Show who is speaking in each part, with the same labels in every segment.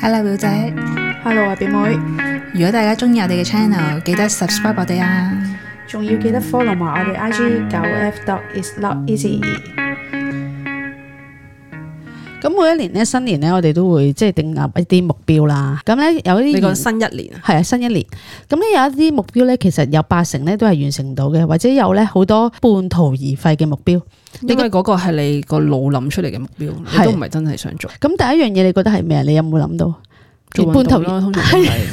Speaker 1: Hello 表姐，
Speaker 2: Hello 啊，表妹，
Speaker 1: 如果大家中意我哋嘅 channel，記得 subscribe 我哋啊！
Speaker 2: 仲要記得 follow 埋我哋 IG 九 F dot is not easy。
Speaker 3: 咁每一年咧，新年咧，我哋都會即係定立一啲目標啦。咁咧有一
Speaker 4: 你
Speaker 3: 啲
Speaker 4: 講新一年啊，
Speaker 3: 係啊，新一年咁咧有一啲目標咧，其實有八成咧都係完成到嘅，或者有咧好多半途而廢嘅目標。
Speaker 4: 因為嗰個係你個腦諗出嚟嘅目標，
Speaker 3: 係
Speaker 4: 你都唔係真係想做。
Speaker 3: 咁第一樣嘢，你覺得係咩啊？你有冇諗到？
Speaker 4: 做運
Speaker 3: 半途
Speaker 4: 動啦，通常都係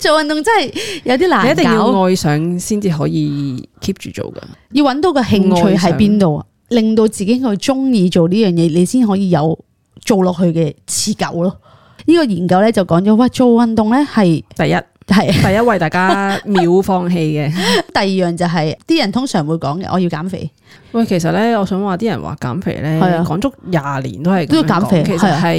Speaker 3: 做運動真係有啲
Speaker 4: 你一
Speaker 3: 難
Speaker 4: 定要
Speaker 3: 搞，
Speaker 4: 愛上先至可以 keep 住做噶。
Speaker 3: 要揾到個興趣喺邊度啊，令到自己去中意做呢樣嘢，你先可以有做落去嘅持久咯。呢、個研究咧就講咗，哇，做運動咧係
Speaker 4: 第一，
Speaker 3: 係。
Speaker 4: 第一位大家秒放棄嘅。
Speaker 3: 第二樣就係、啲人通常會講嘅，我要減肥，
Speaker 4: 喂，其實咧，我想話啲人話減肥咧，
Speaker 3: 係啊
Speaker 4: 講足廿年都係咁樣
Speaker 3: 都要減肥
Speaker 4: 講其
Speaker 3: 係
Speaker 4: 實
Speaker 3: 啊
Speaker 4: 係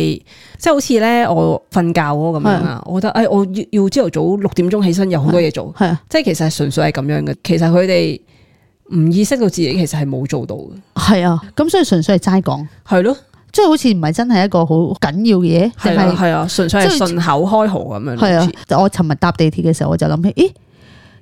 Speaker 4: 即係好似咧，我瞓覺嗰個咁樣啊，我覺得誒、哎我要要朝頭早六點鐘起身，有好多嘢做，
Speaker 3: 係啊，
Speaker 4: 即係其實係純粹係咁樣嘅。其實佢哋唔意識到自己其實係冇做到嘅，
Speaker 3: 係啊，咁所以純粹係齋講，
Speaker 4: 係咯，
Speaker 3: 即係好似唔係真係一個好緊要嘅嘢，定
Speaker 4: 係啦，
Speaker 3: 係
Speaker 4: 係啊，純粹係
Speaker 3: 即係
Speaker 4: 順口開河咁樣，
Speaker 3: 係
Speaker 4: 好
Speaker 3: 啊
Speaker 4: 似。
Speaker 3: 我尋日搭地鐵嘅時候，我就諗起，咦，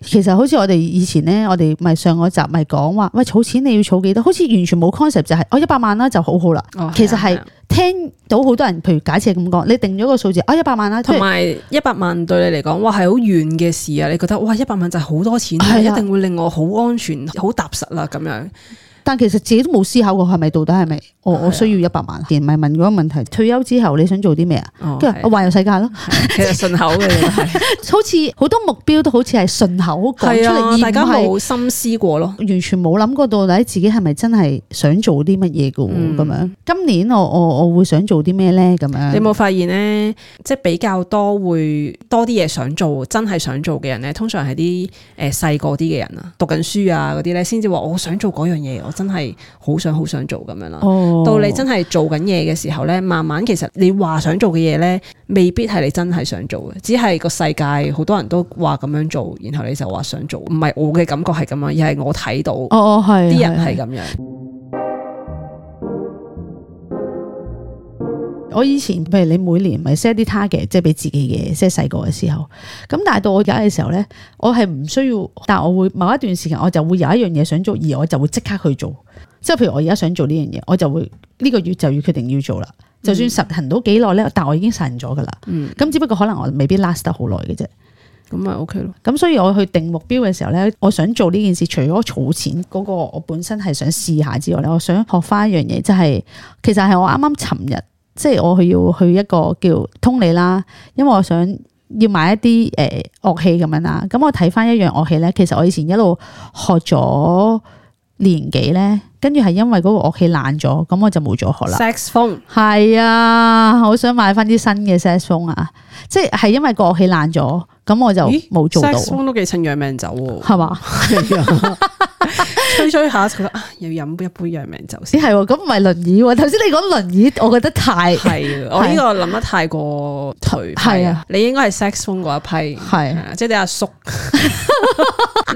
Speaker 3: 其實好似我哋以前咧，我哋咪上嗰集咪講話，喂，儲錢你要儲幾多？好似完全冇 concept 就係、我一百萬啦就好好啦。
Speaker 4: 哦
Speaker 3: 其實係
Speaker 4: 啊啊
Speaker 3: 聽到好多人，譬如假設咁講，你定咗個數字，啊一百萬啦，即
Speaker 4: 同
Speaker 3: 係
Speaker 4: 埋一百萬對你嚟講，哇係好遠嘅事啊！你覺得哇一百萬就係好多錢，
Speaker 3: 係啊
Speaker 4: 一定會令我好安全、好踏實啦咁樣。
Speaker 3: 但其實自己都冇思考過係咪到底係咪我
Speaker 4: 係啊
Speaker 3: 我需要一百萬？而唔係問嗰個問題，退休之後你想做啲咩啊？
Speaker 4: 哦
Speaker 3: 跟住我
Speaker 4: 係
Speaker 3: 環遊世界咯。
Speaker 4: 其實順口嘅係。
Speaker 3: 好似好多目標都好似係順口 講
Speaker 4: 係
Speaker 3: 出嚟，
Speaker 4: 啊，大家
Speaker 3: 而唔
Speaker 4: 冇深思過咯。
Speaker 3: 係完全冇諗過到底自己係咪真係想做啲乜嘢嘅喎
Speaker 4: 嗯
Speaker 3: 咁樣。今年我我我會想做啲咩咧？咁樣
Speaker 4: 你有冇發現咧？即係比較多會多啲嘢想做，真係想做嘅人咧，通常係啲誒細個啲嘅人啊，讀緊書啊嗰啲咧，先至話我想做嗰樣嘢，我真係好想好想做咁樣啦。
Speaker 3: 哦
Speaker 4: 到你真係做緊嘢嘅時候咧，慢慢其實你話想做嘅嘢咧，未必係你真係想做嘅，只係個世界好多人都話咁樣做，然後你就話想做，唔係我嘅感覺係咁樣，而係我睇到
Speaker 3: 哦哦係
Speaker 4: 啲人係
Speaker 3: 㗎。
Speaker 4: 咁樣。
Speaker 3: 我以前譬如你每年咪 set 啲 target，即係俾自己嘅，即係細個嘅時候。咁但係到我而家嘅時候咧，我係唔需要，但我會某一段時間我就會有一樣嘢想做，而我就會即刻去做。即係譬如我而家想做呢樣嘢，我就會呢、個月就要決定要做啦。就算實行到幾耐咧，但我已經實行咗㗎啦。
Speaker 4: 嗯，
Speaker 3: 咁只不過可能我未必 last 得好耐嘅啫。
Speaker 4: 咁咪 OK 咯。
Speaker 3: 咁所以我去定目標嘅時候咧，我想做呢件事，除咗儲錢嗰個我本身係想試下之外咧，我想學翻一樣嘢，就係、其實係我啱啱尋日，即係我去要去一個叫通利啦，因為我想要買一啲誒樂器咁樣啦。咁我睇翻一樣樂器咧，其實我以前一路學咗年幾咧，跟住係因為嗰個樂器爛咗，咁我就冇咗學啦。
Speaker 4: Sex phone
Speaker 3: 係啊，好想買翻啲新嘅 s a x o n 啊！即係因為個樂器爛咗，咁我就
Speaker 4: 咦
Speaker 3: 冇做到，
Speaker 4: Sex phone 都幾趁養命酒喎，
Speaker 3: 係嘛？
Speaker 4: 吹吹下就覺得啊，要飲一杯養命酒
Speaker 3: 只
Speaker 4: 先。
Speaker 3: 係喎，咁唔係輪椅喎。頭先你講輪椅，我覺得太
Speaker 4: 係啊，我呢個諗得太過頹。
Speaker 3: 係啊，
Speaker 4: 你應該係 Sex phone 嗰一批。係
Speaker 3: 係
Speaker 4: 啊即係你 阿叔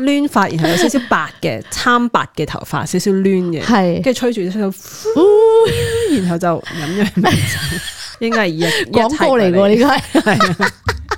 Speaker 4: 攣髮，然後有少少白嘅參白嘅頭髮，少少攣嘅，
Speaker 3: 係
Speaker 4: 跟住吹住 吹到，然後就飲咗一味 酒，應該係一
Speaker 3: 廣告嚟
Speaker 4: 嘅
Speaker 3: 喎，呢個 係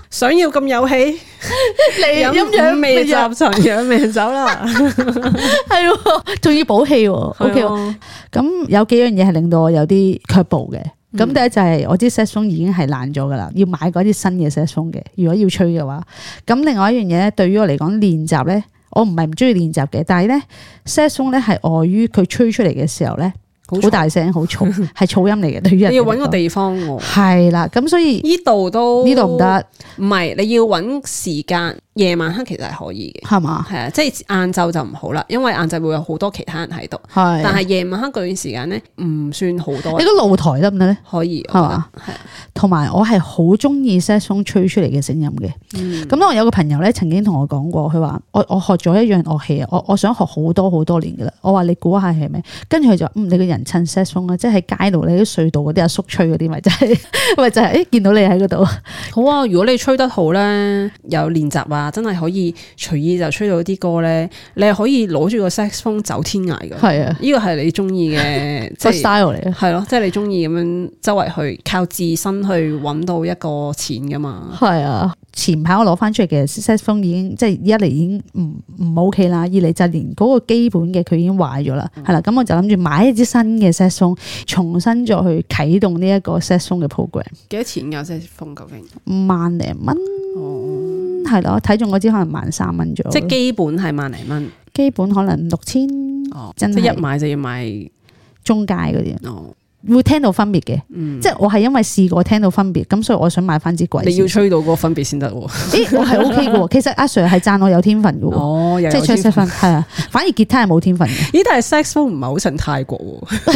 Speaker 4: 想要咁有氣，
Speaker 3: 你
Speaker 4: 飲
Speaker 3: 陰陽
Speaker 4: 五味
Speaker 3: 味
Speaker 4: 集
Speaker 3: 啊，
Speaker 4: 就養命酒 啦。
Speaker 3: 係喎，仲要補氣喎。O K，
Speaker 4: 係啊
Speaker 3: 咁有幾樣嘢係令到我有啲卻步嘅。
Speaker 4: 嗯
Speaker 3: 咁第一就係我支 s a x o n 已經係爛咗㗎啦，要買嗰啲新嘅 s a x o n 嘅。如果要吹嘅話，咁另外一樣嘢咧，對於我嚟講練習咧，我唔係唔中意練習嘅，但係咧 s a x o n 咧係礙於佢吹出嚟嘅時候咧，好大聲，好嘈，係噪音嚟嘅。對於人
Speaker 4: 你要揾個
Speaker 3: 嚟講
Speaker 4: 地方喎。
Speaker 3: 係啦，咁所以
Speaker 4: 呢度都
Speaker 3: 呢度唔，得
Speaker 4: 唔係你要揾時間，夜晚黑其實係可以嘅，
Speaker 3: 係嘛？
Speaker 4: 係啊，即係晏晝就唔好啦，因為晏晝會有好多其他人喺度，
Speaker 3: 係，啊
Speaker 4: 但係夜晚黑嗰段時間咧唔算好多
Speaker 3: 你，個露台得唔得咧？
Speaker 4: 可以
Speaker 3: 係嘛？
Speaker 4: 係啊
Speaker 3: 同埋我係好中意 s a x o n 吹出嚟嘅聲音嘅。
Speaker 4: 嗯
Speaker 3: 咁、我有個朋友咧，曾經同我講過，佢話我我學咗一樣樂器啊，我我想學好多好多年噶啦。我話你估下係咩？跟住佢就話嗯，你個人襯 s a x o n 啦，即係喺街度你啲隧道嗰啲阿叔吹嗰啲，咪就係咪就係、誒見到你喺嗰度。
Speaker 4: 好啊！如果你吹得好咧，有練習啊，真係可以隨意就吹到啲歌咧，你係可以攞住個 sax 風走天涯㗎。
Speaker 3: 係啊，
Speaker 4: 呢個係你中意嘅，即
Speaker 3: 個
Speaker 4: 係
Speaker 3: style 嚟嘅。啊
Speaker 4: 係咯，即係你中意咁樣周圍去靠自身去去揾到一個錢噶嘛。
Speaker 3: 係啊，前排我攞翻出嚟嘅 s a x o n 已經即係一嚟已經唔唔 OK 啦，二嚟就連嗰個基本嘅佢已經壞咗啦，
Speaker 4: 嗯
Speaker 3: 係啦、咁我就諗住買一支新嘅 s a x o n 重新再去啟動呢一個 s a x o n 嘅 program，
Speaker 4: 幾多錢㗎？即係風究竟？
Speaker 3: 萬零蚊係咯，睇中嗰支可能萬三蚊左右，
Speaker 4: 哦即係基本係萬零蚊。
Speaker 3: 基本可能六千
Speaker 4: 哦，即
Speaker 3: 真係
Speaker 4: 係一買就要買
Speaker 3: 中介嗰啲，
Speaker 4: 哦。嗯
Speaker 3: 會聽到分別嘅，即係我係因為試過聽到分別，咁所以我想買翻支貴。
Speaker 4: 你要吹到嗰個分別先得喎。
Speaker 3: 咦，我係 OK 嘅喎，其實阿 Sir 係讚我有天分嘅喎。
Speaker 4: 哦，又有
Speaker 3: 即係
Speaker 4: 天
Speaker 3: 吹色 分係啊，反而吉他係冇天分嘅。
Speaker 4: 咦？但係 saxophone 唔係好襯泰國喎，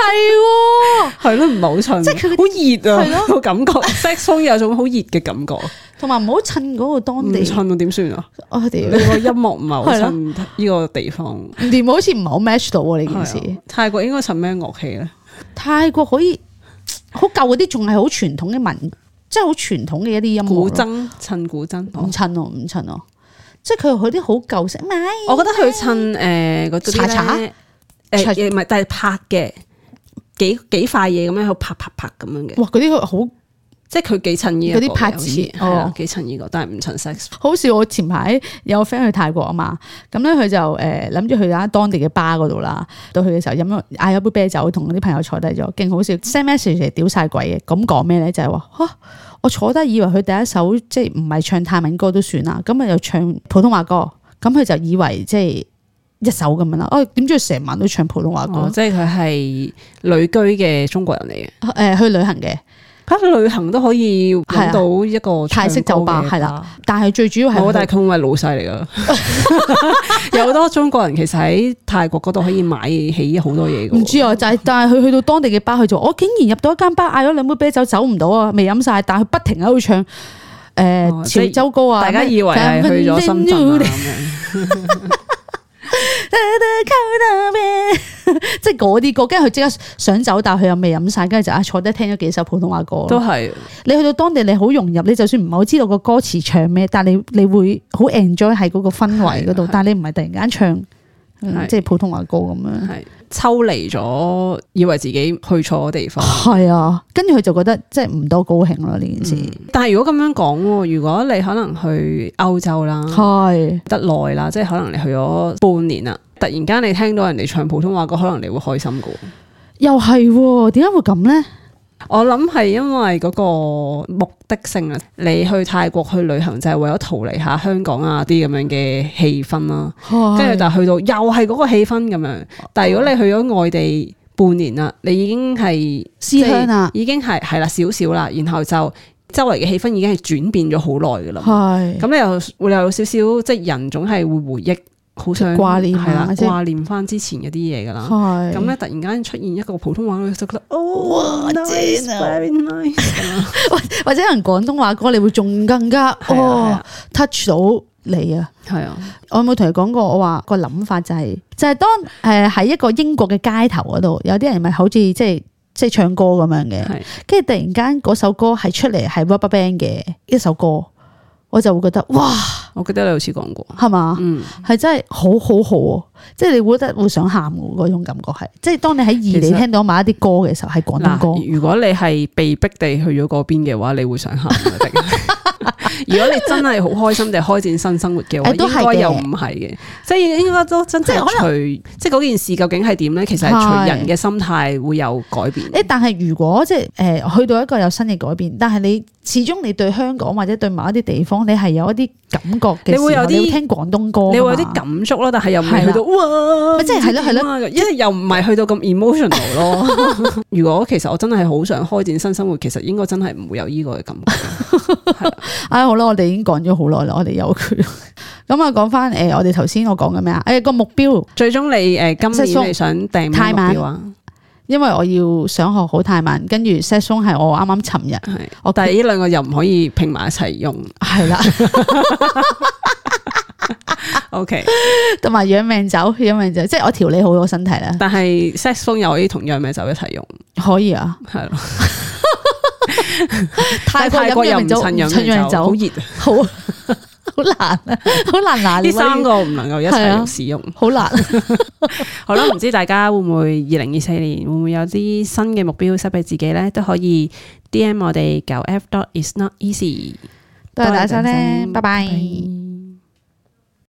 Speaker 3: 係喎，
Speaker 4: 係咯，唔係好襯，
Speaker 3: 即係
Speaker 4: 係好熱
Speaker 3: 係
Speaker 4: 啊個感 覺。saxophone 有種好熱嘅感覺，
Speaker 3: 同埋唔好襯嗰個當
Speaker 4: 唔
Speaker 3: 地。
Speaker 4: 襯啊點算啊？
Speaker 3: 我
Speaker 4: 你
Speaker 3: 哋
Speaker 4: 個音樂唔係好
Speaker 3: 係咯
Speaker 4: 襯呢個地方。
Speaker 3: 連好似唔係好 match 到喎呢件
Speaker 4: 係
Speaker 3: 事
Speaker 4: 啊。泰國應該襯咩樂器咧？
Speaker 3: 泰國可以好舊嗰啲，仲係好傳統嘅文，即係好傳統嘅一啲音樂咯。哦
Speaker 4: 古箏襯古箏。
Speaker 3: 唔襯我，唔襯我。即係佢佢啲好舊式，唔係
Speaker 4: 我覺得佢
Speaker 3: 哦
Speaker 4: 襯誒嗰啲
Speaker 3: 查查
Speaker 4: 咧，誒
Speaker 3: 查
Speaker 4: 誒唔係，但係拍嘅幾幾塊嘢咁樣喺度拍拍拍咁樣嘅，
Speaker 3: 哇！嗰啲佢好
Speaker 4: 即係佢幾襯呢一個
Speaker 3: 嗰啲拍子
Speaker 4: 嘅好似係啊
Speaker 3: 哦
Speaker 4: 幾襯呢個，但係唔襯 sex。
Speaker 3: 好似我前排有個 friend 去泰國啊嘛，咁咧佢就誒諗住去間當地嘅巴嗰度啦。到去嘅時候飲咗嗌咗杯啤酒，同嗰啲朋友坐低咗，勁好笑。send message 嚟屌晒鬼嘅，咁講咩咧？就係話嚇我坐低以為佢第一首即係唔係唱泰文歌都算啦，咁啊又唱普通話歌，咁佢就以為即係一首咁樣啦。哦，點知佢成晚都唱普通話歌
Speaker 4: 哦，？即係佢係旅居嘅中國人嚟嘅，
Speaker 3: 誒、呃去旅行嘅，
Speaker 4: 嚇佢旅行都可以揾到一個
Speaker 3: 啊泰式酒吧係
Speaker 4: 係
Speaker 3: 啦。但係最主要係
Speaker 4: 冇，
Speaker 3: 佢
Speaker 4: 但係佢唔係老細嚟 噶，有好多中國人其實喺泰國嗰度可以買起好多嘢㗎喎。
Speaker 3: 唔知啊，就係但係佢去到當地嘅巴，佢就話我竟然入到一間巴，嗌咗兩杯啤酒走唔到啊，未飲晒，但係佢不停喺度唱诶
Speaker 4: 哦即
Speaker 3: 潮
Speaker 4: 係
Speaker 3: 州歌啊，
Speaker 4: 大家
Speaker 3: 咩
Speaker 4: 以為係去咗深圳啊咁樣。
Speaker 3: 即係嗰啲歌，跟住佢即刻想走，但係佢又未飲晒，跟住就啊坐低聽咗幾首普通話歌。
Speaker 4: 都係
Speaker 3: 你去到當地，你好融入，你就算唔係好知道個歌詞唱咩，但係你你會好 enjoy 喺嗰個氛圍嗰
Speaker 4: 係
Speaker 3: 度
Speaker 4: 係，
Speaker 3: 但係你唔係突然間唱。嗯
Speaker 4: 係
Speaker 3: 即係普通話歌咁樣，
Speaker 4: 係抽離咗，以為自己去錯 地方。
Speaker 3: 係啊，跟住佢就覺得即係唔多高興咯呢件事，
Speaker 4: 但係如果咁樣講喎，如果你可能去歐洲啦，
Speaker 3: 係
Speaker 4: 得耐啦，即係可能你去咗半年啦，突然間你聽到人哋唱普通話歌，可能你會開心噶。
Speaker 3: 又係喎，點解會咁咧？
Speaker 4: 我諗係因為嗰個目的性啊，你去泰國去旅行就係為咗逃離下香港啊啲咁樣嘅氣氛啦。
Speaker 3: 哦
Speaker 4: 跟住但係去到又係嗰個氣氛咁樣。但係如果你去咗外地半年啦，你已經係
Speaker 3: 思鄉啊
Speaker 4: 即係已經係係啦少少啦，然後就周圍嘅氣氛已經係轉變咗好耐噶啦。
Speaker 3: 係
Speaker 4: 咁你又會有少少即係人總係會回憶，好想
Speaker 3: 掛念啊
Speaker 4: 係啦，
Speaker 3: 即係哦
Speaker 4: 掛念翻之前嗰啲嘢噶啦。
Speaker 3: 係
Speaker 4: 啊咁咧，突然間出現一個普通話，佢就覺得哦，nice very nice 咁樣
Speaker 3: 或者人廣東話歌，你會仲更加
Speaker 4: 係
Speaker 3: 哦
Speaker 4: 啊
Speaker 3: touch 到你啊！
Speaker 4: 係啊，
Speaker 3: 我有冇同你講過？我話個諗法就係、就係、當誒喺一個英國嘅街頭嗰度，有啲人咪好似即係即係唱歌咁樣嘅，
Speaker 4: 係
Speaker 3: 跟住突然間嗰首歌係出嚟係 Rubberband 嘅一首歌，我就會覺得哇，
Speaker 4: 我記得你好似講過，
Speaker 3: 係嘛？
Speaker 4: 嗯，
Speaker 3: 係真係好好好啊！即係你會覺得會想喊嘅嗰種感覺係，即係當你喺異
Speaker 4: 其
Speaker 3: 地
Speaker 4: 實
Speaker 3: 聽到某一啲歌嘅時候，係廣東歌。
Speaker 4: 嗱，如果你係被逼地去咗嗰邊嘅話，你會想喊一定。 如果你真係好開心地開展新生活嘅話，
Speaker 3: 誒都係嘅
Speaker 4: 應該又唔係嘅，即係應該都真係
Speaker 3: 即係可
Speaker 4: 隨即係嗰件事究竟係點咧？其實係隨
Speaker 3: 係
Speaker 4: 人嘅心態會有改變。
Speaker 3: 誒，但係如果即係誒去到一個有新嘅改變，但係你始終你對香港或者對某一啲地方，你係有一啲感覺嘅時候，
Speaker 4: 你會有啲
Speaker 3: 你會聽廣東歌㗎嘛，
Speaker 4: 你會有啲感觸咯，但係又唔係去
Speaker 3: 係
Speaker 4: 到
Speaker 3: 啦
Speaker 4: 哇，
Speaker 3: 咪即係係咯係
Speaker 4: 咯，因為又唔係去到咁 emotional 咯。 如果其實我真係好想開展新生活，其實應該真係唔會有呢個嘅感覺。
Speaker 3: 唉，好啦，我哋已經講咗好耐啦，我哋有佢。咁啊，講翻誒，我哋頭先我講嘅咩啊？誒、個目標，
Speaker 4: 最終你誒今
Speaker 3: 即係
Speaker 4: 年
Speaker 3: 鬆
Speaker 4: 你想定咩
Speaker 3: 太
Speaker 4: 目
Speaker 3: 慢
Speaker 4: 標啊？
Speaker 3: 因為我要想學好泰文，跟住 set song 係我啱啱尋日
Speaker 4: 係，
Speaker 3: 我
Speaker 4: 但係呢兩個又唔可以拼埋一齊用。
Speaker 3: 係啦，
Speaker 4: OK，
Speaker 3: 同埋養命酒，養命酒，即係我調理好我身體啦，
Speaker 4: 但係 sex phone 又可以同樣咩酒一齊用，
Speaker 3: 可以啊。
Speaker 4: 係 咯。
Speaker 3: 泰國
Speaker 4: 但係
Speaker 3: 飲
Speaker 4: 國又
Speaker 3: 養
Speaker 4: 唔
Speaker 3: 命酒，
Speaker 4: 襯
Speaker 3: 唔襯
Speaker 4: 飲
Speaker 3: 養
Speaker 4: 嘅
Speaker 3: 命
Speaker 4: 酒，好
Speaker 3: 酒，
Speaker 4: 熱。
Speaker 3: 好。 好難啊，好難拿
Speaker 4: 呢
Speaker 3: 捏啊
Speaker 4: 三個唔能夠一
Speaker 3: 係啊
Speaker 4: 齊使用。
Speaker 3: 好難。
Speaker 4: 好啦，唔知大家會唔會二零二四年會唔會有啲新嘅目標 set 俾自己呢？都可以 D M 我哋九 F dot is not easy。
Speaker 3: 多謝大家收
Speaker 4: 多
Speaker 3: 聽，
Speaker 4: 謝靜靜
Speaker 3: 拜拜。